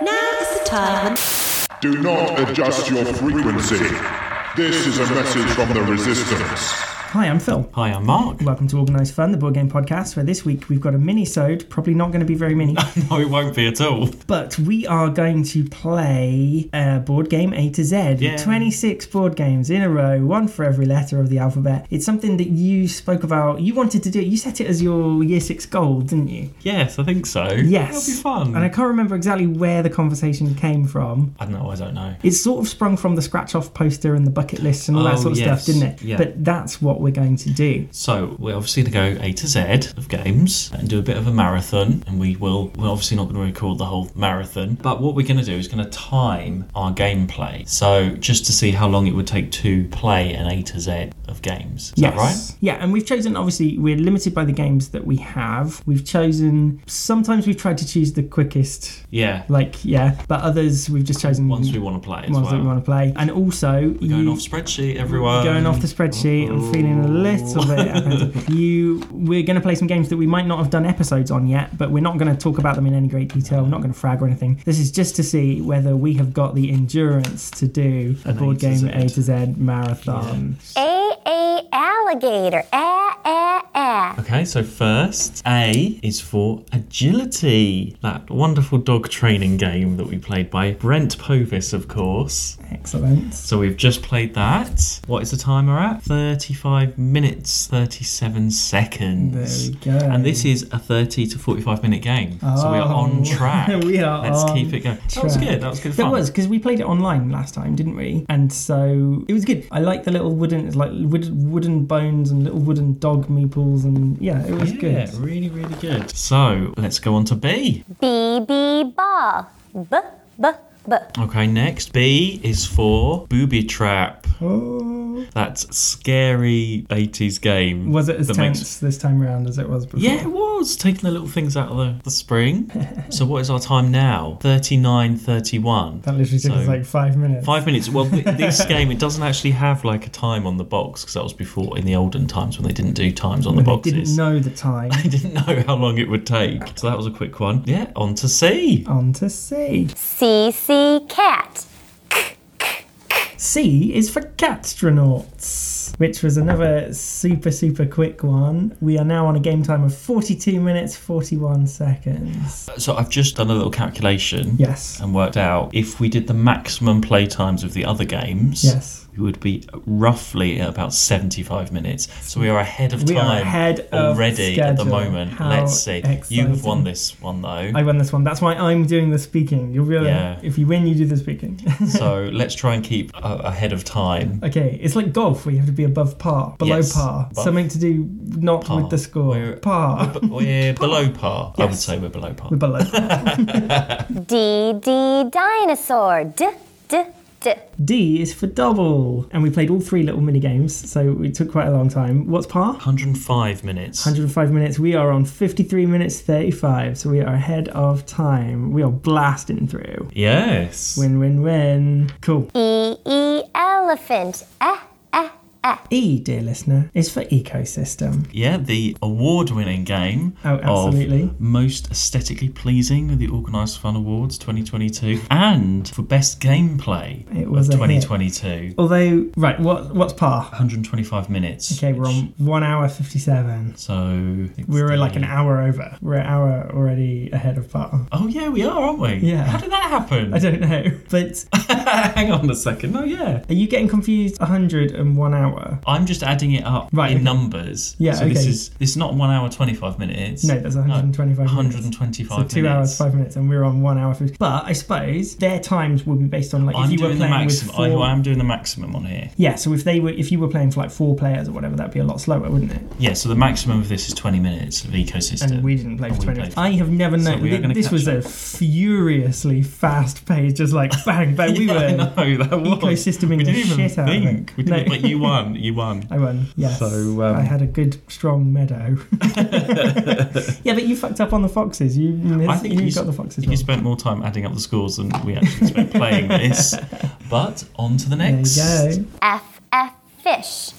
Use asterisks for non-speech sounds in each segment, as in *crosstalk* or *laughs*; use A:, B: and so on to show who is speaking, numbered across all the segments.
A: Now is the time when.
B: Do not adjust your frequency. This is a message from the resistance.
C: Hi, I'm Phil.
D: Hi, I'm Mark. *laughs*
C: Welcome to Organised Fun, the board game podcast, where this week we've got a mini-sode, probably not going to be very
D: *laughs*
C: many,
D: No, it won't be at all.
C: but we are going to play a board game A to Z.
D: Yay.
C: 26 board games in a row, one for every letter of the alphabet. It's something that you spoke about, you wanted to do it, you set it as your year six goal, didn't you?
D: Yes, I think so.
C: Yes.
D: It'll be fun.
C: And I can't remember exactly where the conversation came from.
D: I don't know, I don't know.
C: It's sort of sprung from the scratch off poster and the bucket list and all that
D: Oh,
C: sort of
D: yes.
C: stuff, didn't it?
D: Yeah.
C: But that's what we're going to do.
D: So we're obviously going to go A to Z of games and do a bit of a marathon. And we will, we're obviously not going to record the whole marathon. But what we're going to do is going to time our gameplay. So just to see how long it would take to play an A to Z of games. Is that right?
C: Yeah, and we've chosen obviously we're limited by the games that we have. We've chosen sometimes we've tried to choose the quickest,
D: Yeah.
C: like yeah, but others we've just chosen
D: Ones we want to play as
C: ones
D: well.
C: that we want to play. And also
D: We're going off spreadsheet, everyone.
C: going off the spreadsheet. I'm feeling a little bit.
D: *laughs*
C: apprehensive. you, we're going to play some games that we might not have done episodes on yet, but we're not going to talk about them in any great detail. We're not going to frag or anything. This is just to see whether we have got the endurance to do a board
D: to
C: game
D: Z.
C: A to Z marathon.
E: A A alligator. Ah ah ah.
D: Okay, so first, A is for agility. That wonderful dog training game that we played by Brent Povis, of course.
C: Excellent.
D: So we've just played that. What is the timer at? 35 minutes, 37 seconds.
C: There we go.
D: And this is a 30 to 45 minute game. so we are
C: Oh, *laughs*
D: on track.
C: we are
D: Let's
C: on
D: keep it going. That was
C: track.
D: good. That was good
C: That
D: fun.
C: was because we played it online last time, didn't we? And so it was good. I like the little wooden, like wood, wooden bones and little wooden dog meeples, and yeah, it was
D: yeah,
C: good.
D: really, really good. So let's go on to B.
E: B B ball. B B B.
D: Okay, next. B is for booby trap.
C: Oh.
D: That scary 80s game.
C: Was it as
D: that
C: tense
D: makes-
C: this time around as it was before?
D: Yeah, it was. Taking the little things out of the,
C: *laughs*
D: the spring. so what is our time now? 39.31.
C: That literally took
D: So-
C: us like five minutes.
D: Five minutes. Well,
C: *laughs*
D: th- this game, it doesn't actually have like a time on the box because that was before in the olden times when they didn't do times on the
C: When I
D: boxes.
C: didn't know the time.
D: *laughs* They didn't know how long it would take. So that was a quick one. Yeah, on to C.
C: On to C.
E: C C cat.
C: C is for Catronauts, which was another super, super quick one. We are now on a game time of 42 minutes, 41 seconds.
D: So I've just done a little calculation.
C: Yes.
D: And worked out if we did the maximum play times of the other games,
C: Yes.
D: we would be roughly at about 75 minutes. So we are ahead of
C: We are
D: time
C: ahead of
D: already at the
C: schedule.
D: moment.
C: How
D: Let's see. You have
C: exciting.
D: won this one though.
C: I won this one. That's why I'm doing the speaking. You'll realize
D: Yeah.
C: if you win, you do the speaking.
D: *laughs*
C: *laughs*
D: so let's try and keep uh, ahead of time.
C: okay, it's like golf where you have to be above par, below
D: Yes,
C: par.
D: above.
C: Something to do not
D: Par.
C: with the score. *laughs*
D: We're- *laughs*
C: par.
D: But we're below par. I would
C: Yes.
D: say we're below par.
C: We're
D: *laughs*
C: below par.
E: D D dinosaur. D D D.
C: D is for double. And we played all three little mini games, so it took quite a long time. What's par?
D: 105 minutes.
C: 105 minutes. We are on 53 minutes 35, so we are ahead of time. We are blasting through.
D: Yes.
C: Win, win, win. Cool.
E: E E elephant. Ah ah ah.
C: E, dear listener, is for ecosystem.
D: Yeah, the award winning game
C: Oh, absolutely.
D: of Most Aesthetically Pleasing of the Organised Fun Awards 2022 and for Best Gameplay
C: It was
D: of
C: a hit.
D: 2022.
C: Although, right, what what's par?
D: 125 minutes.
C: Okay, we're on 1 hour 57.
D: So. it's
C: We were
D: the-
C: like an hour over. We're an hour already ahead of par.
D: Oh, yeah, we are, aren't we?
C: Yeah.
D: How did that happen?
C: I don't know. *laughs* But
D: *laughs* Hang on a second. Oh, yeah.
C: are you getting confused? 100 and 1 hour?
D: I'm just adding it up
C: Right,
D: in
C: okay.
D: numbers.
C: Yeah,
D: So this
C: okay.
D: is this is not one hour twenty five minutes.
C: No, that's 125 minutes.
D: 125
C: So two
D: minutes.
C: hours, five minutes, and we're on one hour. 50. But I suppose their times will be based on like
D: I'm
C: if you were
D: doing the
C: playing
D: maximum.
C: with four.
D: I, I am doing the maximum on here.
C: yeah, so if they were, if you were playing for like four players or whatever, that'd be a lot slower, wouldn't it?
D: Yeah, so the maximum of this is 20 minutes of ecosystem. *laughs*
C: And we didn't play
D: And
C: for
D: we
C: twenty.
D: played-
C: I have never
D: So
C: known.
D: we are
C: thi-
D: gonna
C: this was
D: catch
C: a
D: up.
C: furiously fast pace, just like bang, bang. we
D: *laughs* Yeah, I
C: were.
D: know, that was.
C: ecosysteming
D: we
C: the
D: didn't even
C: shit out of it.
D: think. We
C: No.
D: didn't, But you won. You won.
C: I won. Yes.
D: So, um,
C: I had a good strong
D: *laughs*
C: meadow. yeah, but you fucked up on the foxes. You missed,
D: I think
C: you,
D: you
C: got
D: s-
C: the foxes.
D: You
C: wrong.
D: spent more time adding up the scores than we actually spent
C: *laughs*
D: playing this. But on to the
C: there
D: next.
C: you go.
E: F F fish.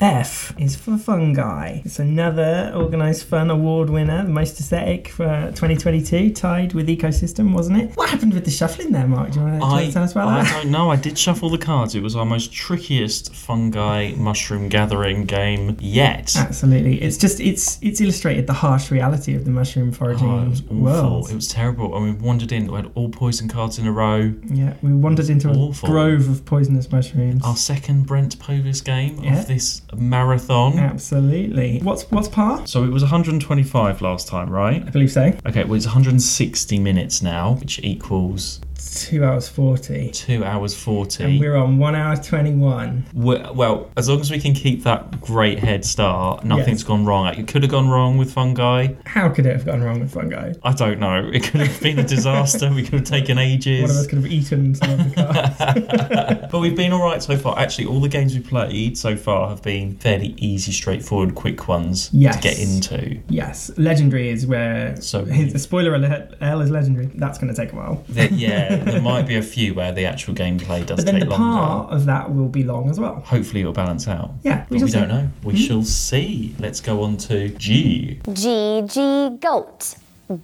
C: F is for fungi. It's another Organised Fun Award winner, the most aesthetic for 2022, tied with Ecosystem, wasn't it? What happened with the shuffling there, Mark? Do you want to
D: I,
C: tell us about
D: I
C: that?
D: don't know. I did shuffle the cards. It was our most trickiest fungi mushroom gathering game yet.
C: Absolutely. It's just it's it's illustrated the harsh reality of the mushroom foraging
D: Oh, it was awful.
C: world.
D: It was terrible. And we wandered in. We had all poison cards in a row.
C: yeah, we wandered into a
D: Awful.
C: grove of poisonous mushrooms.
D: Our second Brent Povis game
C: Yeah.
D: of this marathon.
C: Absolutely. What's what's par?
D: So it was 125 last time, right?
C: I believe so.
D: Okay, well, it's 160 minutes now, which equals
C: Two hours forty.
D: 2 hours 40.
C: And we're on one hour twenty-one.
D: We- Well, as long as we can keep that great head start, nothing's
C: Yes.
D: gone wrong. It could have gone wrong with fungi.
C: How could it have gone wrong with fungi?
D: I don't know. It could have *laughs* been a disaster. we could have taken
C: One of us
D: ages.
C: could have eaten some of the cards.
D: *laughs* But we've been all right so far. Actually, all the games we've played so far have been fairly easy, straightforward, quick ones
C: Yes.
D: to get into.
C: yes, legendary is where.
D: So-
C: the spoiler alert: L is legendary. That's going to take a while.
D: There- yeah, there might be a few where the actual gameplay does
C: But then
D: take
C: the
D: longer.
C: par of that will be long as well.
D: Hopefully, it'll balance out.
C: Yeah,
D: But we
C: shall
D: don't
C: see. Mm-hmm.
D: know. We shall see. Let's go on to G.
E: G, G, goat.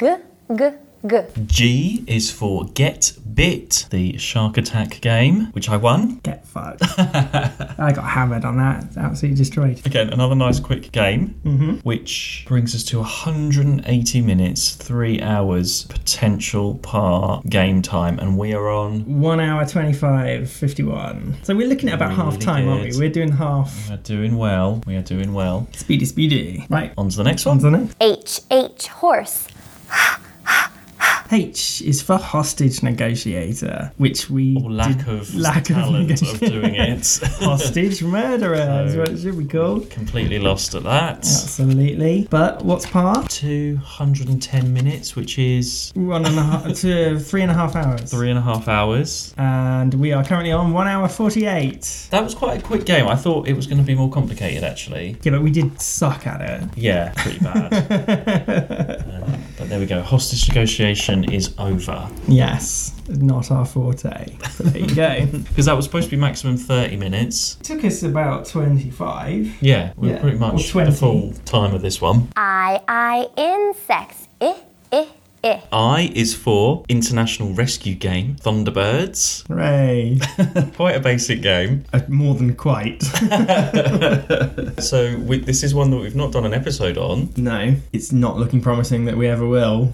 E: G, G, G.
D: G is for Get Bit, the Shark Attack game, which I won.
C: Get
D: *laughs*
C: fucked. I got hammered on that. Absolutely destroyed.
D: Again, another nice quick game,
C: Mm-hmm.
D: which brings us to 180 minutes, three hours potential par game time, and we are on.
C: One hour 25, 51. So we're looking at about half
D: Really
C: time, aren't
D: good.
C: we? We're doing half.
D: We are doing well. We are doing well.
C: Speedy, speedy. Right.
D: On to the next
C: On
D: one.
C: to the next.
E: H, H, horse.
C: H is for hostage negotiator, which we
D: Or lack
C: did-
D: of
C: lack
D: talent of,
C: negotiation.
D: doing
C: *laughs*
D: it.
C: hostage murderer is what it should be called.
D: Completely lost at that.
C: Absolutely. But what's par?
D: 210 minutes, which is
C: One and a *laughs* half to three and a half hours.
D: three and a half hours.
C: And we are currently on one hour 48.
D: That was quite a quick game. I thought it was going to be more complicated, actually.
C: Yeah, but we did suck at it.
D: Yeah, Mm, pretty *laughs* bad. Um, but there we go. Hostage negotiation is over
C: *laughs* Yes, not our forte. So there you *laughs* go.
D: because that was supposed to be maximum thirty minutes.
C: Took us about 25.
D: Yeah, we're
C: Yeah,
D: pretty
C: or
D: much
C: 20.
D: the full time of this one.
E: I, I, insects. I, I, I.
D: I is for international rescue game Thunderbirds.
C: Hooray.
D: Quite a basic game.
C: *laughs* Uh, More than *laughs* quite.
D: So we, this is one that we've not done an episode on.
C: no, it's not looking promising that we ever *laughs* will.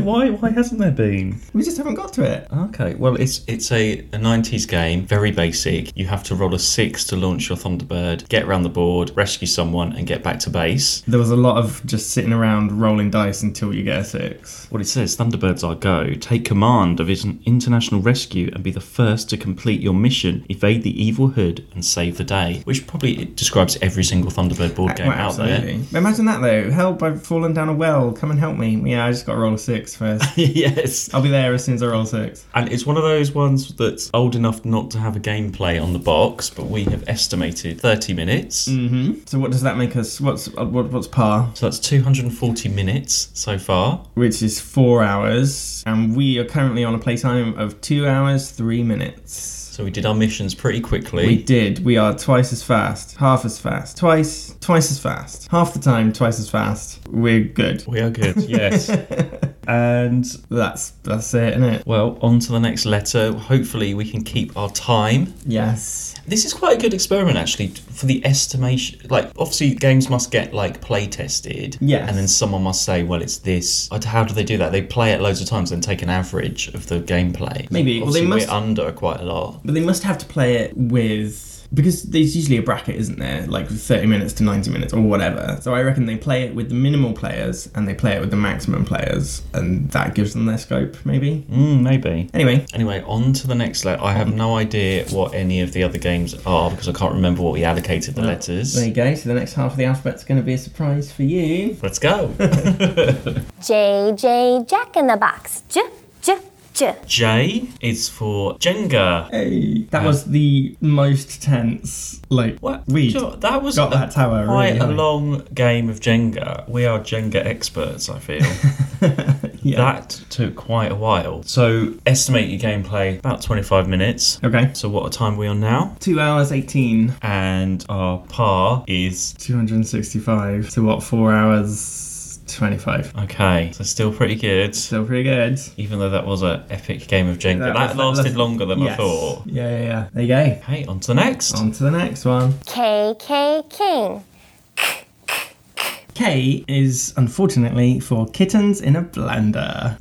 D: why? Why hasn't there been?
C: we just haven't got to it.
D: Okay, well, it's it's a, a 90s game, very basic. You have to roll a six to launch your Thunderbird, get around the board, rescue someone, and get back to base.
C: There was a lot of just sitting around rolling dice until you get a six.
D: What it says Thunderbirds are go. Take command of an international rescue and be the first to complete your mission, evade the evil hood, and save the day. Which probably describes every single Thunderbird board game
C: Well,
D: out there.
C: absolutely. Imagine that though. Help, I've fallen down a well. Come and help me. Yeah, I just got to roll a six first.
D: *laughs* yes.
C: I'll be there as soon as I roll
D: *laughs*
C: six.
D: And it's one of those ones that's old enough not to have a gameplay on the box, but we have estimated 30 minutes. Mm-hmm.
C: So what does that make us? What's uh, what, what's par?
D: So that's 240 minutes so far.
C: Which is four hours, and we are currently on a playtime of two hours three minutes.
D: So we did our missions pretty quickly.
C: We did. We are twice as fast, half as fast, twice, twice as fast, half the time, twice as fast. We're good.
D: We are good, *laughs* yes. and
C: That's that's it, isn't it?
D: well, on to the next letter. Hopefully, we can keep our time.
C: Yes.
D: This is quite a good experiment, actually, for the estimation. Like, obviously, games must get like play tested,
C: Yes.
D: and then someone must say, "Well, it's this." But How do they do that? They play it loads of times and take an average of the gameplay.
C: Maybe. Well, they
D: Obviously,
C: must-
D: we're under quite a lot.
C: But they must have to play it with. Because there's usually a bracket, isn't there? Like 30 minutes to 90 minutes or whatever. So I reckon they play it with the minimal players and they play it with the maximum players, and that gives them their scope, maybe. Mm.
D: Mm, maybe.
C: Anyway,
D: Anyway, on to the next letter. I have no idea what any of the other games are because I can't remember what we allocated the letters.
C: there you go. So the next half of the alphabet's going to be a surprise for you. *laughs*
D: Let's go.
E: J, J, jack in the box. J, J, J. you.
D: J is for Jenga.
C: Hey, that was the most tense. Like
D: What?
C: we
D: Do you know what? that was
C: got
D: a,
C: that tower
D: quite
C: really
D: a
C: high.
D: long game of Jenga. We are Jenga experts, I feel.
C: *laughs* Yeah.
D: That took quite a while. So estimate your gameplay about 25 minutes.
C: Okay.
D: So what time are we on now?
C: Two hours eighteen.
D: And our par is
C: Two hundred and sixty-five. So what? Four hours twenty-five.
D: okay. So still pretty good.
C: Still pretty good.
D: Even though that was an epic game of Jenga, that,
C: That was-
D: lasted
C: that-
D: longer than I
C: Yes.
D: thought.
C: Yeah, yeah, yeah. There you go.
D: Okay, on to the next.
C: On to the next one.
E: K K King.
C: K is unfortunately for kittens in a blender,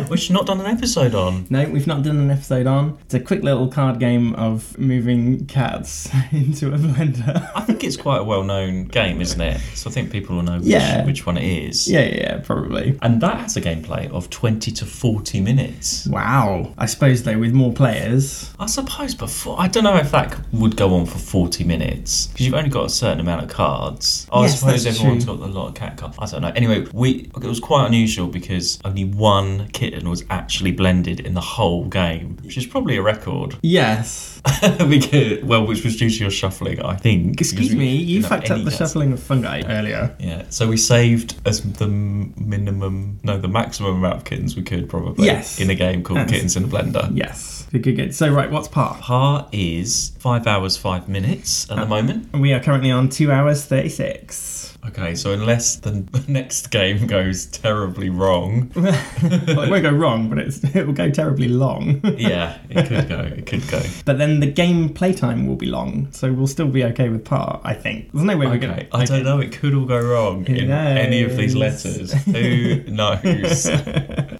C: *laughs*
D: *laughs*
C: which
D: Which not done an episode on.
C: *laughs* no, we've not done an episode on. It's a quick little card game of moving cats *laughs* into a blender.
D: *laughs* I think it's quite a well-known game, isn't it? So I think people will know which,
C: Yeah.
D: which one it is.
C: *laughs* yeah, yeah, yeah, probably.
D: And that has a gameplay of 20 to 40 minutes.
C: Wow. I suppose though, with more players,
D: I suppose before, I don't know if that c- would go on for 40 minutes because you've only got a certain amount of cards. I
C: Yes,
D: suppose
C: that's
D: everyone's
C: true.
D: got a lot of cat cards. I don't know. Anyway, we it was quite unusual because only one kitten was actually blended in the whole game, which is probably a record. *laughs*
C: yes.
D: because, well, which was due to your shuffling, I think.
C: Excuse
D: because we
C: me, you
D: didn't have
C: fucked up
D: any
C: the
D: cats.
C: shuffling of fungi earlier.
D: Yeah, so we saved as the m- minimum, no, the maximum amount of kittens we could probably
C: Yes.
D: in a game called
C: Yes.
D: Kittens in a Blender.
C: Yes. Good, good, good. So right, what's par?
D: Par is five hours five minutes at the moment.
C: We are currently on two hours thirty-six.
D: Okay, so unless the *laughs* the next game goes terribly wrong,
C: Well, *laughs* it won't go wrong, but it's, *laughs* it will go terribly long.
D: yeah, it could go. It could go.
C: But then the game playtime will be long, so we'll still be okay with par, I think. There's no way we're going
D: Okay, I don't know. It could all go wrong in any of these
C: knows?
D: letters. Who knows?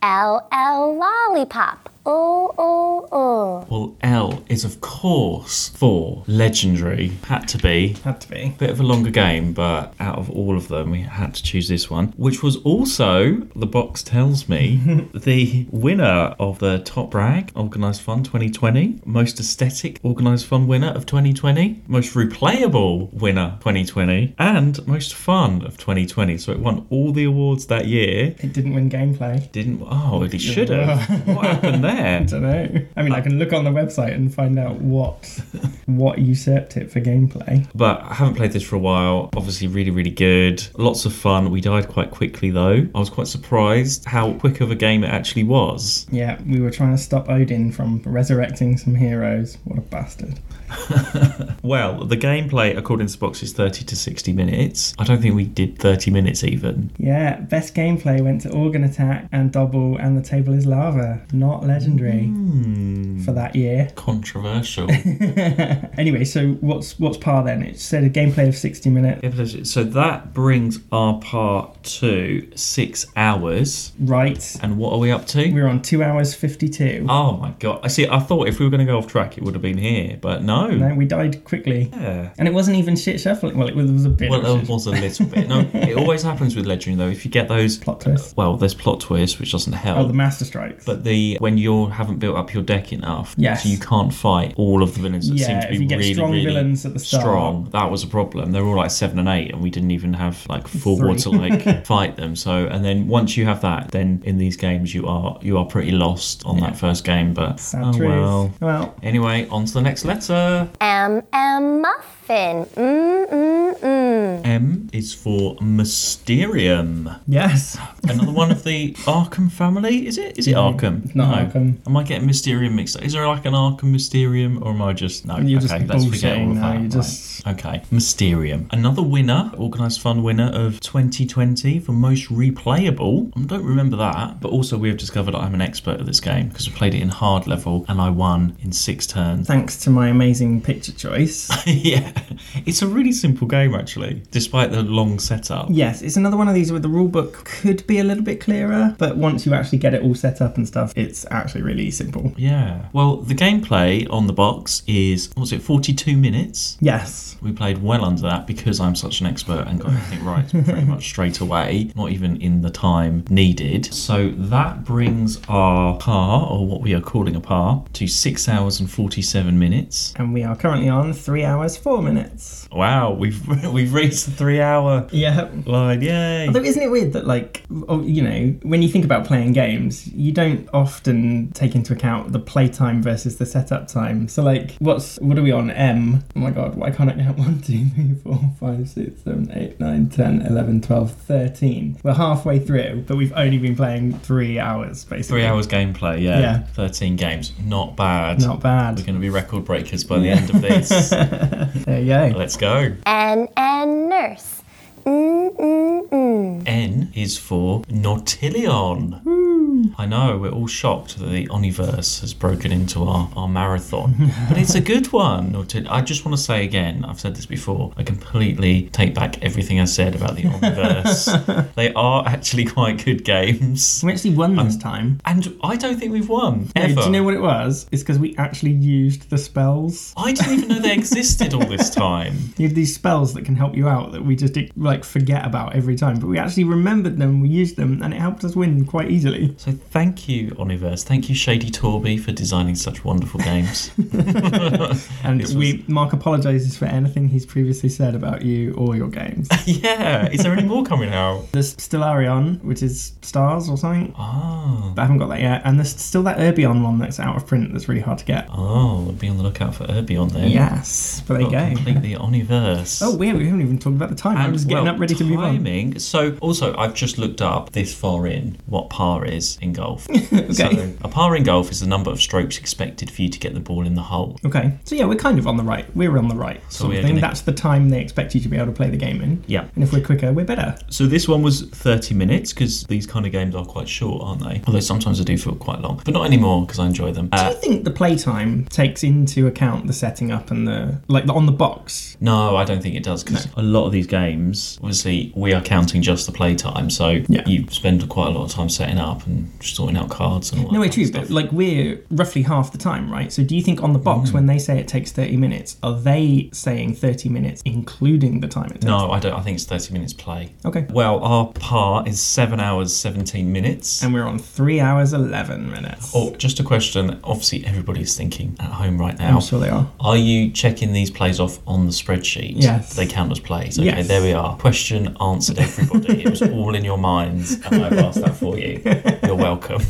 E: L L lollipop. Oh oh oh.
D: well, L is of course for legendary. Had to be.
C: Had to be.
D: Bit of a longer game, but out of all of them, we had to choose this one, which was also, the box tells me, the winner of the Top Rag Organised Fun 2020, most aesthetic Organised Fun winner of 2020, most replayable winner 2020, and most fun of 2020. So it won all the awards that year.
C: It didn't win gameplay.
D: Didn't, oh, it should have. what happened there?
C: I don't know. I mean, I can look on the website and find out
D: *laughs*
C: what what usurped it for gameplay.
D: but I haven't played this for a while. Obviously, really, really good. Lots of fun. We died quite quickly, though. I was quite surprised how quick of a game it actually was.
C: Yeah, we were trying to stop Odin from resurrecting some heroes. What a bastard.
D: Well, the gameplay, according to Box, is 30 to 60 minutes. I don't think we did 30 minutes even.
C: Yeah, best gameplay went to Organ Attack and Double and The Table is Lava. Not legendary
D: Mm.
C: for that year.
D: Hmm,
C: *laughs*
D: Controversial.
C: Anyway, so what's what's par then? It said a gameplay of 60 minutes.
D: so that brings our part to six hours.
C: Right.
D: And what are we up to?
C: We're on two hours fifty-two.
D: Oh my god. I see. I thought if we were going to go off track, it would have been here, but no.
C: no, we died quickly,
D: Yeah.
C: and it wasn't even shit shuffling. Well, it was, it was a bit.
D: Well,
C: of
D: it
C: shit.
D: was a little
C: *laughs*
D: bit. No, it always happens with Legendary though. If you get those
C: Plot twist.
D: well, there's plot twist which doesn't help.
C: Oh, the Master Strikes.
D: but the when you haven't built up your deck enough,
C: Yes.
D: so you can't fight all of the villains that
C: Yeah,
D: seem to
C: if
D: be
C: you get
D: really,
C: strong
D: really
C: villains at the start.
D: strong. That was a problem. They're all like seven and eight, and we didn't even have like four
C: Three. *laughs*
D: to like fight them. So, and then once you have that, then in these games you are you are pretty lost on that first game. But
C: Sad
D: oh
C: truth.
D: well.
C: Well,
D: Anyway, on to the next letter.
E: M M muffin. Mm mm mm.
D: M is for Mysterium.
C: yes.
D: Another one of the Arkham family, is it? Is it Arkham?
C: not Arkham.
D: Am I getting Mysterium mixed up? Is there like an Arkham Mysterium, or am I just no?
C: You're
D: okay,
C: just
D: let's forget all
C: bullshitting
D: of
C: now.
D: that.
C: You
D: right.
C: just
D: Okay, Mysterium. Another winner, organised fun winner of 2020 for most replayable. I don't remember that, but also we have discovered I'm an expert at this game because I played it in hard level and I won in six turns. *laughs*
C: thanks to my amazing picture choice.
D: yeah, it's a really simple game actually, despite the long setup.
C: yes, it's another one of these where the rule book could be a little bit clearer, but once you actually get it all set up and stuff, it's actually really simple.
D: Yeah. Well, the gameplay on the box is what was it, 42 minutes?
C: Yes.
D: We played well under that because I'm such an expert and got
C: *laughs*
D: everything right pretty much straight away, not even in the time needed. So that brings our par, or what we are calling a par, to six hours and 47 minutes.
C: And we are currently on three hours four minutes.
D: Wow, we've *laughs* we've re- It's the three hour
C: Yeah.
D: line. Yay.
C: Although isn't it weird that like oh, you know when you think about playing games you don't often take into account the playtime versus the setup time so like what's what are we on M oh my god why can't I count 1 2 3 4 5 6 7 8 9 10 11 12 13 we're halfway through but we've only been playing 3 hours basically
D: Three hours gameplay, yeah.
C: Yeah.
D: 13 games. Not bad.
C: not
D: We're
C: bad
D: going to be record breakers by the end of
C: *laughs*
D: this.
C: there you go
D: Let's go.
E: N N nurse. Mm mm mm.
D: N is for Nautilion.
C: Hmm.
D: I know, we're all shocked that the Oniverse has broken into our, our marathon. but it's a good one. Nautil- I just want to say again, I've said this before, I completely take back everything I said about the
C: *laughs*
D: Oniverse. they are actually quite good games.
C: we actually won this time
D: And I don't think we've won.
C: Yeah,
D: Ever.
C: do you know what it was it's because we actually used the spells
D: I didn't even know they existed all this time.
C: You have these spells that can help you out that we just like forget about every time, but we actually remembered them, we used them, and it helped us win quite easily.
D: So thank you, Oniverse. Thank you, Shady Torby, for designing such wonderful games.
C: *laughs*
D: *laughs*
C: And
D: This
C: we Mark apologizes for anything he's previously said about you or your *laughs* games.
D: yeah. Is there any more coming out?
C: There's Stellarion, which is stars or something.
D: Oh.
C: But I haven't got that yet. And there's still that Erbion one that's out of print that's really hard to get.
D: Oh, be on the lookout for Erbion then.
C: Yes, but there you
D: Got
C: go.
D: Completely Oniverse.
C: Oh, weird, we haven't even talked about the time. I was getting
D: well,
C: up ready to move on.
D: timing. So, also, I've just looked up this far in what par is
C: *laughs*
D: in golf. okay. So, a par in golf is the number of strokes expected for you to get the ball in the hole.
C: Okay, so yeah, we're kind of on the right. We're on the right.
D: So we're
C: Something.
D: gonna-
C: That's the time they expect you to be able to play the game in.
D: Yeah.
C: And if we're quicker, we're better.
D: So this one was 30 minutes because these kind of games are quite short, aren't they? Although sometimes I do feel quite long, but not anymore because I enjoy them.
C: Do
D: Uh,
C: you think the playtime takes into account the setting up and the like the, on the box?
D: no, I don't think it does because a lot of these games, obviously, we are counting just the playtime. So
C: Yeah.
D: you spend quite a lot of time setting up and sorting out cards and all that.
C: No, way,
D: kind of
C: true.
D: stuff.
C: But like we're roughly half the time, right? So do you think on the box
D: Hmm.
C: when they say it takes thirty minutes, are they saying thirty minutes including the time it takes?
D: no, I don't. I think it's 30 minutes play.
C: Okay.
D: Well, our par is 7 hours 17 minutes.
C: And we're on three hours eleven minutes.
D: Oh, just a question. Obviously, everybody's thinking at home right now.
C: I'm sure they are.
D: Are you checking these plays off on the spreadsheet?
C: Yes.
D: They count as plays. Okay,
C: Yes.
D: there we are. Question answered, everybody. it was all in your minds, and I've asked that
C: *laughs*
D: for you. You're welcome.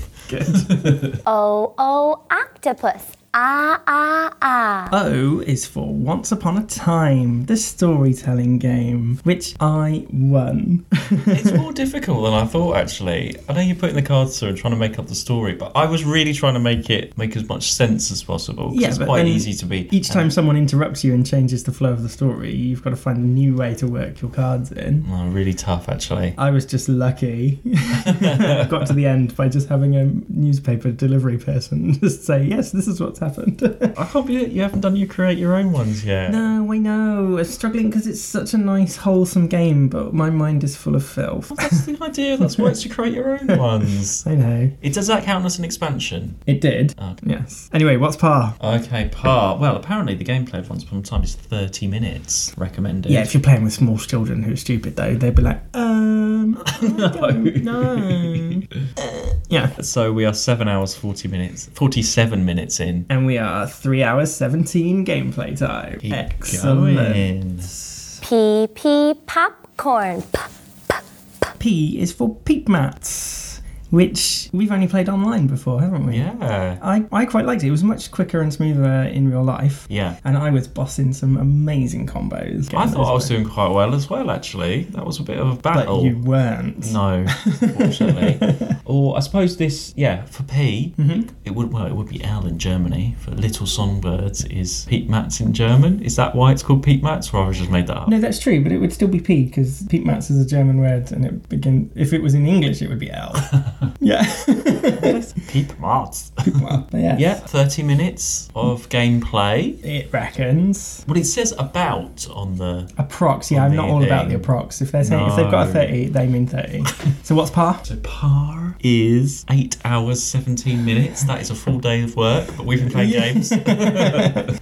E: O O octopus. Ah ah ah.
C: O is for Once Upon a Time, the storytelling game, which I
D: *laughs*
C: won.
D: It's more difficult than I thought, actually. I know you're putting the cards through and trying to make up the story, but I was really trying to make it make as much sense as possible. 'cause
C: Yeah,
D: it's
C: but
D: quite
C: then
D: easy to be.
C: Each time someone interrupts you and changes the flow of the story, you've got to find a new way to work your cards in.
D: *laughs* Oh, really tough, actually.
C: I was just lucky. *laughs* I got to the end by just having a newspaper delivery person *laughs* just say, "Yes, this is what's happened." *laughs*
D: I can't believe that you haven't done your create your own ones yet.
C: no, I know. I'm struggling because it's such a nice, wholesome game, but my mind is full of filth.
D: That's the idea. That's why it's to create your own *laughs*
C: *laughs*
D: ones.
C: I know.
D: It does that count as an expansion?
C: It did. Yes. Anyway, what's par?
D: Okay, par. Well, apparently the gameplay of Once Upon a Time is 30 minutes recommended. *laughs*
C: Yeah, if you're playing with small children who are stupid, though, they'd be like, um, *laughs*
D: *laughs*
C: no. yeah.
D: So we are 7 hours 40 minutes, 47 minutes in.
C: And we are three hours seventeen gameplay time.
D: Keep
C: Excellent.
D: going.
E: P P popcorn. P
C: P is for peep mats, which we've only played online before, haven't we?
D: Oh, Yeah.
C: I, I quite liked it. It was much quicker and smoother in real life.
D: Yeah.
C: And I was bossing some amazing combos.
D: I
C: Getting those
D: thought I
C: work.
D: was doing quite well as well, actually. That was a bit of a
C: But
D: battle.
C: you weren't.
D: *laughs* oh, No,
C: *laughs*
D: unfortunately. or I suppose this, yeah, for P,
C: Mm-hmm.
D: it would well, it would be L in Germany for little songbirds. Is Pete Mats in German? Is that why it's called Pete Mats, or have I just made that up?
C: No, that's true, but it would still be P because peep mats is a German word and it begin. If it was in English, it would be
D: *laughs*
C: L. yeah.
D: Pete Mats.
C: *laughs* well, yeah.
D: yeah, thirty minutes of gameplay.
C: It reckons.
D: Well, it says about on the.
C: Approx, yeah, I'm not all about the
D: Amazing.
C: approx. If they're saying if they've got a
D: No. *laughs*
C: 30, they mean 30. so what's par?
D: So par is eight hours, 17 minutes. That is a full day of work, but we've been
C: *laughs*
D: playing games. *laughs*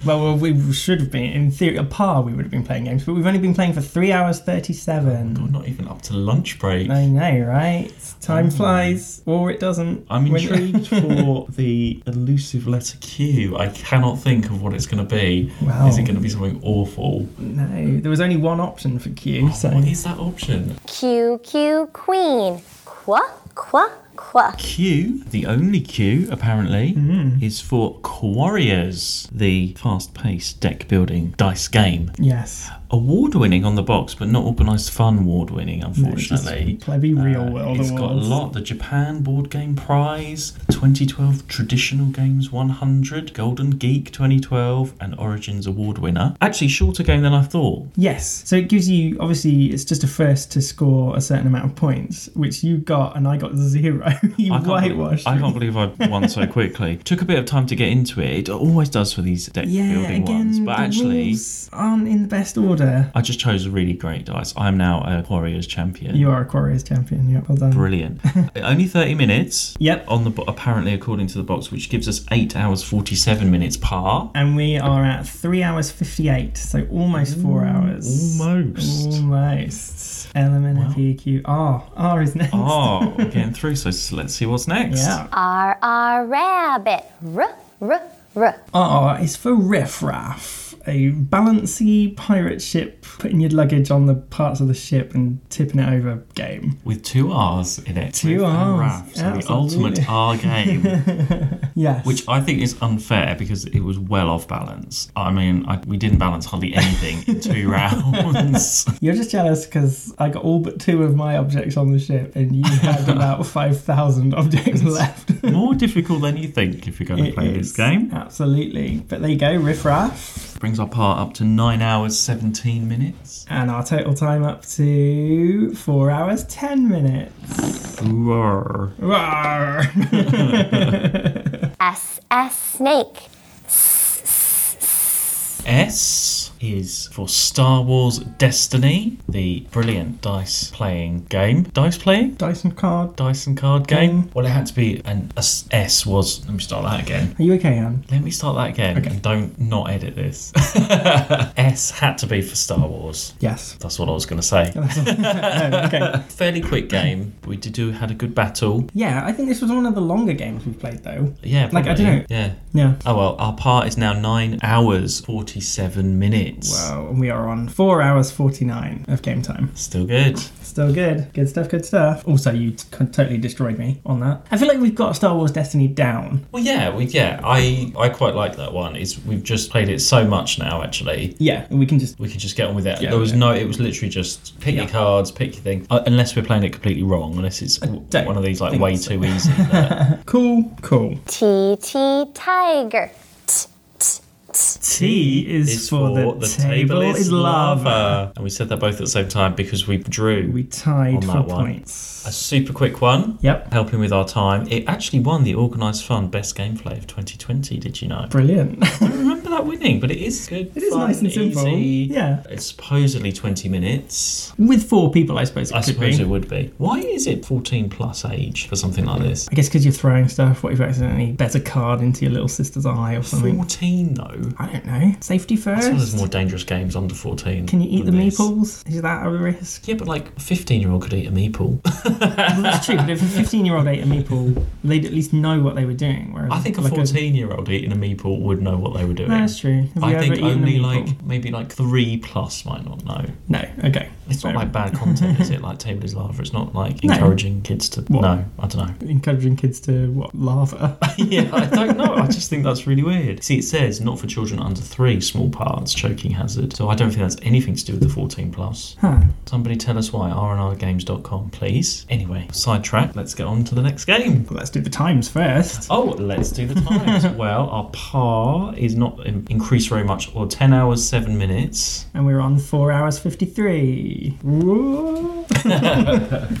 C: Well, well, we should have been in theory a par. We would have been playing games, but we've only been playing for three hours thirty-seven.
D: We're not even up to lunch break.
C: I know, right? Time flies, or it doesn't.
D: Mm. I'm
C: When-
D: intrigued for the elusive letter Q. I cannot think of what it's going to be.
C: Wow.
D: Is it going to be something awful?
C: *laughs* no, there was only one option for Q. so
D: Oh, What is that option?
E: Q, Q, Queen. Qua, qua, qua.
D: Q, the only Q apparently, is for Quarriors, the fast paced deck building dice game.
C: yes,
D: Award winning on the box, but not organised fun award winning, unfortunately.
C: play be real
D: Uh,
C: world.
D: It's
C: awards.
D: got a lot. The Japan Board Game Prize, the 2012 Traditional Games 100, Golden Geek 2012, and Origins Award winner. Actually, shorter game than I thought.
C: Yes. So it gives you obviously it's just a first to score a certain amount of points, which you got and I got zero. *laughs* you
D: I can't,
C: whitewashed.
D: believe, I can't believe I
C: *laughs*
D: won so quickly. Took a bit of time to get into it. It always does for these deck
C: yeah,
D: building
C: again,
D: ones. But
C: the
D: actually,
C: rules aren't in the best order.
D: I just chose really great dice. I'm now a Warriors champion.
C: You are a Quarriers champion. Yeah, well done.
D: Brilliant.
C: *laughs*
D: Uh, Only 30 minutes.
C: Yep.
D: On the bo- apparently according to the box, which gives us eight hours 47 minutes par.
C: And we are at three hours fifty-eight, so almost four hours.
D: Almost.
C: Almost. Element of EQ. R. R is next.
D: Oh, we're getting through. So s- let's see what's next.
C: Yeah.
E: R, R, rabbit. R, R, R.
C: R is for riffraff, a balancy pirate ship putting your luggage on the parts of the ship and tipping it over game.
D: With two R's in it.
C: Two
D: With a
C: Rs,
D: raft. So the
C: absolutely.
D: ultimate R game,
C: Yes.
D: which I think is unfair because it was well off balance. I mean, I, we didn't balance hardly anything
C: *laughs*
D: in two rounds.
C: You're just jealous because I got all but two of my objects on the ship and you
D: *laughs*
C: had about 5,000 objects left.
D: More difficult than you think if you're going to
C: It
D: play
C: is,
D: this game.
C: Absolutely. But there you go, riffraff.
D: Brings our part up to nine hours, 17 minutes.
C: And our total time up to 4 hours 10 minutes.
D: Roar.
C: Rawr. *laughs*
E: S, S, snake.
D: S is for Star Wars Destiny, the brilliant dice playing game. Dice playing?
C: Dyson card.
D: dice and card game.
C: Game.
D: Well, it had to be an S S was. Let me start that again.
C: Are you okay, Anne?
D: Let me start that again.
C: Okay.
D: And don't not edit *laughs* this. S had to be for Star Wars.
C: Yes.
D: That's what I was going to *laughs* say.
C: okay.
D: Fairly quick game. We did do had a good battle.
C: *laughs* Yeah, I think this was one of the longer games we've played, though.
D: Yeah,
C: Like, I
D: probably.
C: don't know.
D: Yeah.
C: Yeah.
D: Oh well, our part is now nine hours forty-seven minutes.
C: Wow, and we are on 4 hours 49 of game time.
D: Still good.
C: Still good. Good stuff, good stuff. Also, you t- totally destroyed me on that. I feel like we've got Star Wars Destiny down.
D: Well, yeah, we yeah. I I quite like that one. It's we've just played it so much now. Actually,
C: Yeah, and we can just.
D: we could just get on with it.
C: Yeah,
D: there was
C: yeah.
D: no, it was literally just pick your cards, pick your thing. Uh, unless we're playing it completely wrong, unless it's w-
C: don't
D: one of these like
C: think
D: way
C: so. *laughs*
D: too easy. that-
C: Cool, cool.
E: T, T, tiger. T, T, T.
C: T is, for, the, table, is lava.
D: And we said that both at the same time because we drew.
C: We tied
D: On
C: for
D: that one.
C: points.
D: a super quick one.
C: Yep.
D: Helping with our time. It actually won the Organised Fun Best Gameplay of 2020, did you know?
C: Brilliant. *laughs*
D: I remember that winning, but it is good.
C: It is nice and simple.
D: easy.
C: Yeah.
D: It's supposedly 20 minutes.
C: With four people, I suppose it
D: I
C: could
D: suppose
C: be.
D: it would be. Why is it 14 plus age for something like this?
C: I guess because you're throwing stuff, what if you accidentally bet a card into your little sister's eye or something?
D: 14 though.
C: I don't know. Safety
D: That's one of those
C: first.
D: more dangerous games under 14.
C: Can you eat the
D: than this.
C: meeples? Is that a risk?
D: Yeah, but like a 15 year old could eat a meeple.
C: Well, that's true, but if a 15 year old ate a meeple, they'd at least know what they were doing. Whereas
D: *laughs* I think a
C: like
D: 14 year old eating a meeple would know what they were doing.
C: No, that's true. Have you
D: I
C: ever
D: think
C: eaten a
D: only
C: meeple?
D: like maybe like three plus might not know.
C: No, okay.
D: It's not
C: Fair.
D: like bad content,
C: *laughs*
D: is it? Like table is lava. It's not like
C: No.
D: encouraging kids to.
C: What?
D: No, I don't know.
C: encouraging kids to what *laughs* lava.
D: *laughs* yeah, I don't know. I just think that's really weird. See, it says not for children under three, small parts, choking hazard. So I don't think that's anything to do with the 14 plus.
C: Huh.
D: Somebody tell us why. rnrgames.com, please. Anyway, sidetrack. Let's get on to the next game.
C: Well, let's do the times first.
D: Oh, let's do the times. well, our par is not in- increased very much, or 10 hours, 7 minutes.
C: And we're on 4 hours 53. Whoa.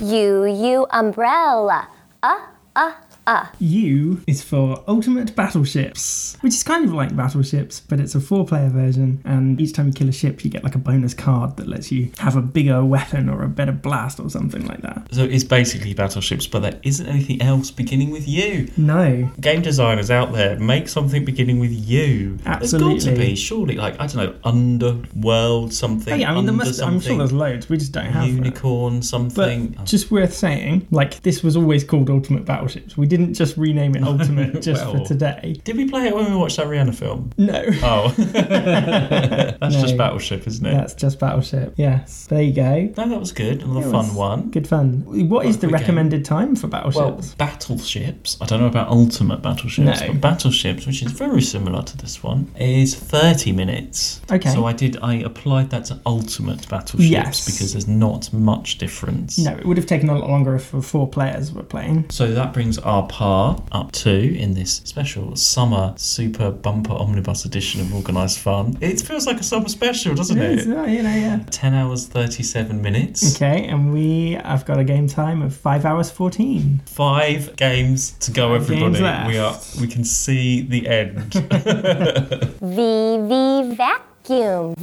E: U, U, umbrella. Uh, uh,
C: U is for Ultimate Battleships, which is kind of like Battleships, but it's a four player version. And each time you kill a ship, you get like a bonus card that lets you have a bigger weapon or a better blast or something like that.
D: So it's basically battleships, but there isn't anything else beginning with you.
C: No,
D: Game designers out there, make something beginning with you. There's got to
C: Absolutely.
D: be, surely, like, I don't know, underworld something.
C: Hey, I mean, there
D: under
C: must, I'm sure
D: something,
C: there's loads. We just don't have it.
D: unicorn
C: But
D: something. Oh,
C: just worth saying, like this was always called Ultimate Battleships. We didn't just rename it
D: *laughs*
C: Ultimate just
D: Well.
C: for today.
D: Did we play it when we watched that Rihanna
C: *laughs*
D: film?
C: No,
D: *laughs* Oh, *laughs* that's
C: No.
D: just battleship, isn't it?
C: that's just Battleship. Yes, there you go.
D: No, that was good. Another
C: It
D: fun
C: was
D: one.
C: Good fun. What is the
D: we can-
C: recommended time for
D: Well,
C: Battleships?
D: battleships. I don't know about ultimate battleships,
C: No.
D: but battleships, which is very similar to this one, is thirty minutes.
C: Okay.
D: So I did. I applied that to ultimate battleships
C: Yes.
D: because there's not much difference.
C: no, it would have taken a lot longer if four players were playing.
D: So that brings our par up to in this special summer super bumper omnibus edition of organised fun. It feels like a summer special, doesn't it?
C: Yes, oh, you know, yeah.
D: Ten hours thirty-seven minutes.
C: Okay, and we I've got a game time of five hours fourteen.
D: Five games to go,
C: Five games
D: everybody. We are.
C: left.
D: We can see the end.
C: *laughs*
E: VV vacuum.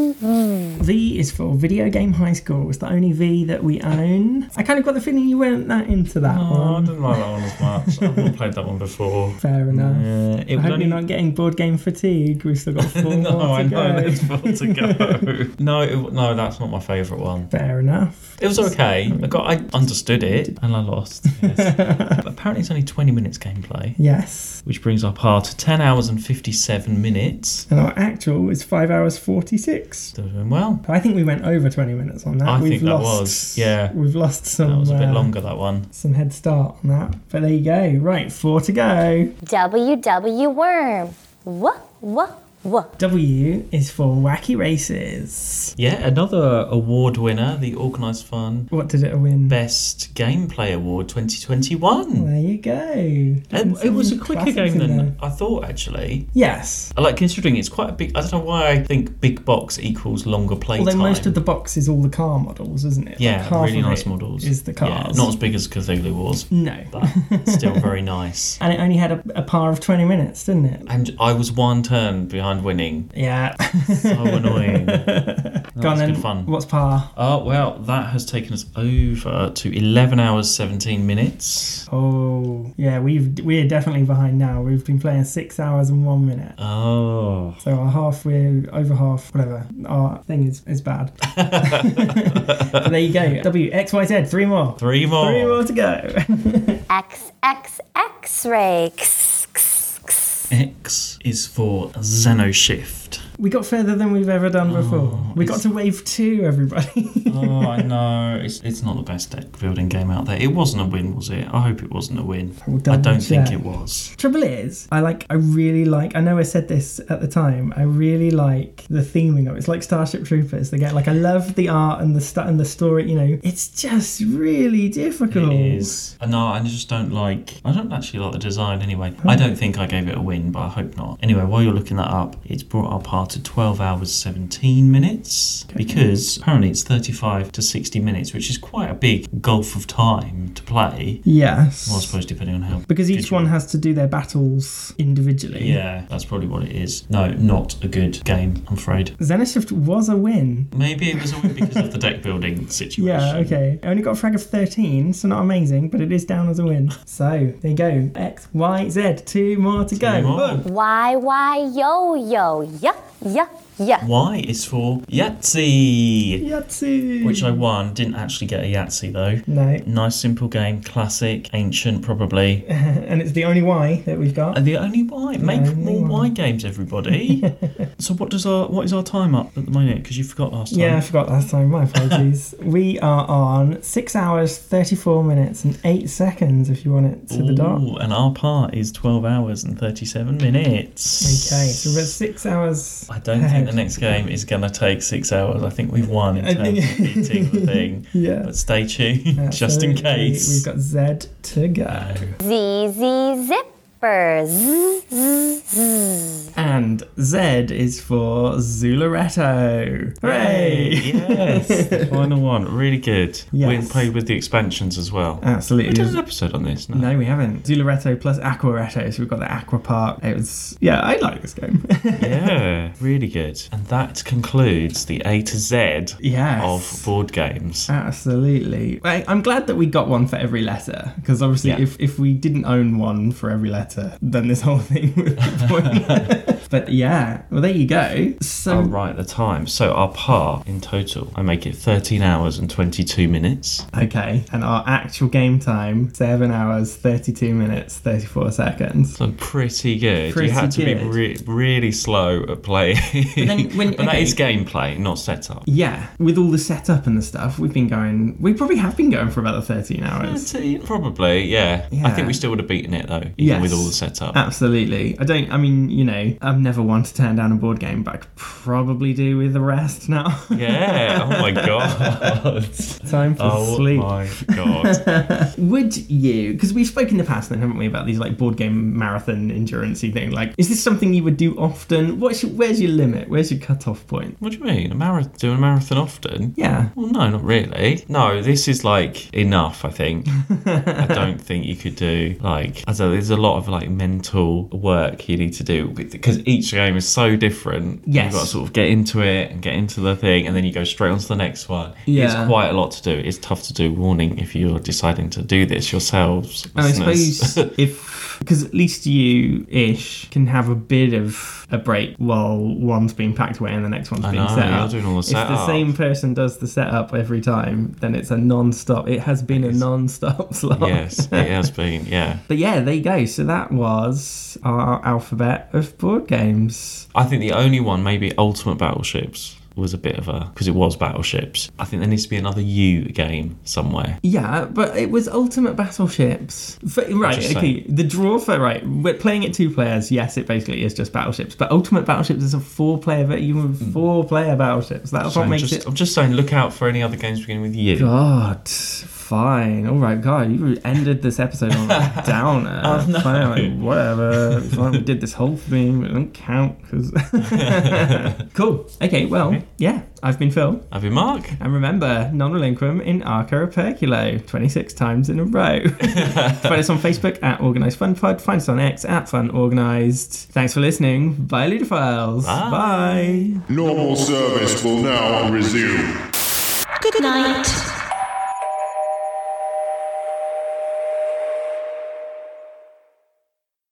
C: V is for video game high score. Was the only V that we own. I kind of got the feeling you weren't that into that
D: Oh, I
C: one.
D: didn't like that one as much. I've not played that one before.
C: Fair enough.
D: Uh, it
C: I
D: would
C: hope
D: only-
C: you're not getting board game fatigue. We've
D: *laughs*
C: still got four
D: no,
C: more
D: I
C: to
D: know
C: go.
D: there's more
C: *laughs*
D: to go. no, it, no, that's not my favourite one.
C: Fair enough.
D: It was okay. I got, I understood it, and I lost.
C: *laughs*
D: yes. but apparently, it's only 20 minutes gameplay,
C: Yes.
D: which brings our par to 10 hours and 57 minutes.
C: And our actual is five hours forty-six.
D: Still doing well.
C: But I think we went over twenty minutes on that.
D: I
C: we've
D: think that
C: lost,
D: was- yeah.
C: We've lost some.
D: That was a bit
C: uh,
D: longer. That one.
C: Some head start on that. But there you go. Right, four to go.
E: WW worm. Wah, wah, wah.
C: W is for wacky races.
D: Yeah, another award winner, the Organised Fun
C: What did it win?
D: Best Gameplay Award 2021.
C: There you go.
D: And it was a
C: Some
D: quicker
C: classics
D: game
C: in
D: than
C: there.
D: I thought, actually.
C: Yes.
D: Like considering it's quite a big. I don't know why I think big box equals longer play
C: Although
D: time.
C: most of the box is all the car models, isn't it? Like
D: yeah,
C: half
D: really
C: of
D: nice
C: it
D: models
C: Is the
D: Yeah,
C: cars?
D: not as big as Cthulhu was,
C: no.
D: but still very nice.
C: and it only had a, a par of 20 minutes, didn't it?
D: And I was one turn behind winning. *laughs*
C: Yeah. *laughs*
D: So annoying. *laughs*
C: Go on
D: was
C: then.
D: good fun.
C: What's par?
D: Oh well, that has taken us over to eleven hours seventeen minutes.
C: Oh, yeah, we've we're definitely behind now. We've been playing six hours and one minute.
D: Oh,
C: So our half, we're over half, whatever. Our thing is, is
D: *laughs*
C: bad. but there you go. W, X, Y, Z, three more.
D: three more.
C: Three more to go. *laughs*
E: X, X, X ray. X, X, X.
D: X is for Xenoshift.
C: we got further than we've ever done before. we got
D: Oh, it's-
C: to wave two, everybody.
D: *laughs* oh, I know. It's, it's not the best deck building game out there. It wasn't a win, was it? I hope it wasn't a win.
C: Well
D: I
C: done,
D: don't think
C: yeah.
D: it was.
C: Trouble is, I like, I really like, I know I said this at the time, I really like the theming of it. It's like Starship Troopers. They get like, I love the art and the stu and the story, you know, it's just really difficult.
D: It is. Uh, No, I just don't like. I don't actually like the design anyway. I don't think I gave it a win, but I hope not. Anyway, while you're looking that up, it's brought our par to 12 hours 17 minutes because apparently it's 35 to 60 minutes, which is quite a big gulf of time to play.
C: Yes.
D: Well, I suppose depending on how.
C: because
D: good
C: each
D: you
C: one
D: are.
C: has to do their battles individually.
D: Yeah, that's probably what it is. No, not a good game, I'm afraid.
C: Xenoshift was a win.
D: Maybe it was all because of the deck building situation.
C: *laughs* Yeah, okay. I only got a frag of 13, so not amazing, but it is down as a
D: *laughs*
C: win. So, there you go. X, Y, Z. Two more to go.
D: Any more?
E: Y, Y, yo, yo. Yuh, yuh, yuh.
D: Y is for Yahtzee,
C: Yahtzee!
D: which I won. Didn't actually get a Yahtzee though.
C: No,
D: Nice, simple game, classic, ancient, probably.
C: and it's the only Y that we've got.
D: And the only Y. Make
C: only Y.
D: more Y
C: *laughs*
D: games, everybody. so what does our what is our time up at the moment? Because you forgot last time.
C: Yeah, I forgot last time. My
D: *laughs*
C: apologies. we are on six hours, 34 minutes, and eight seconds if you want it to the dot.
D: Ooh, and our part is 12 hours and 37 minutes.
C: Okay, so we're at six hours.
D: I don't think the next game is going to take six hours. I think we've won in
C: I
D: terms
C: think-
D: of beating the thing.
C: *laughs* Yeah.
D: But stay tuned, *laughs* just in
C: Absolutely.
D: case.
C: We've got Z to go.
E: Z, Z, zip, Spurs.
C: And Z is for Zularetto. Hooray!
D: Yes,
C: *laughs*
D: the final one. Really good. We
C: Yes.
D: played with the expansions as well. we did an
C: Absolutely.
D: episode on this. No.
C: No, we haven't. Zularetto plus Aquaretto, so we've got the Aqua Park. It was, yeah, I like this game. *laughs*
D: Yeah, really good. And that concludes the A to Z
C: Yes. Um,
D: of board games.
C: Absolutely. I, I'm glad that we got one for every letter, because obviously,
D: Yeah.
C: if, if we didn't own one for every letter, then this whole thing would be pointless.
D: *laughs*
C: But yeah, well, there you go. So,
D: Oh, right, the time. So our par in total, I make it 13 hours and 22 minutes.
C: okay, and our actual game time, 7 hours, 32 minutes, 34 seconds.
D: So pretty good.
C: Pretty
D: you had to
C: good.
D: be re- really slow at playing. But,
C: then
D: *laughs*
C: when-
D: that
C: okay.
D: is gameplay, not setup.
C: Yeah, with all the setup and the stuff, we've been going, we probably have been going for about 13 hours.
D: Pretty- Probably, yeah. I
C: Yeah.
D: think we still would have beaten it though, even
C: Yes.
D: with all the setup.
C: Absolutely. I don't, I mean, you know, I've never one to turn down a board game, but I could probably do with the rest *laughs* now.
D: yeah. Oh my
C: *laughs*
D: god.
C: Time for
D: oh
C: sleep.
D: my god.
C: Would you? Because we've spoken in the past, then, haven't we, about these like board game marathon endurance thing? Like, is this something you would do often? What's your, where's your limit? Where's your cutoff point?
D: What do you mean? A marathon? Doing a marathon often?
C: Yeah.
D: Well, no, not really. No, this is like enough. I think. I
C: *laughs*
D: don't think you could do like. I don't know, there's a lot of like mental work you need to do because each game is so different.
C: Yes.
D: You've got to sort of get into it and get into the thing, and then you go straight on to the next one.
C: Yeah.
D: It's quite a lot to do. It's tough to do. Warning if you're deciding to do this yourselves.
C: And I *laughs*
D: listeners.
C: suppose
D: *laughs*
C: if, because at least you ish can have a bit of a break while one's being packed away and the next one's being
D: know,
C: set
D: you're
C: up.
D: doing all the
C: if the
D: setup.
C: same person does the setup every time, then it's a non-stop. It has been a non-stop *laughs* slot.
D: yes, it has been. Yeah.
C: But yeah, there you go. So that was our alphabet of board games.
D: I think the only one, maybe Ultimate Battleships, was a bit of a because it was Battleships. I think there needs to be another U game somewhere.
C: Yeah, but it was Ultimate Battleships. F right,
D: Just
C: okay. The draw for right, we're playing it two players. Yes, it basically is just battleships. But Ultimate Battleships is a four-player, but even four-player battleships. That's
D: So
C: what
D: I'm,
C: makes
D: Mm. just,
C: it.
D: I'm just saying, look out for any other games beginning with U.
C: God, fine. All right, God, you ended this episode on
D: *laughs*
C: a downer.
D: Oh, no.
C: Fine, like, whatever. Fine, we did this whole thing, but it don't count
D: *laughs*
C: because. *laughs* cool. Okay. Well, yeah. I've been Phil.
D: Have you, Mark?
C: And remember, non relinquum in Arca Operculo, 26 times in a row. Find us on Facebook at Organised Fun Pod. Find us on X at Fun Organised. Thanks for listening. Bye, Ludophiles. Bye.
D: Bye.
B: Normal service will now resume.
A: Good night.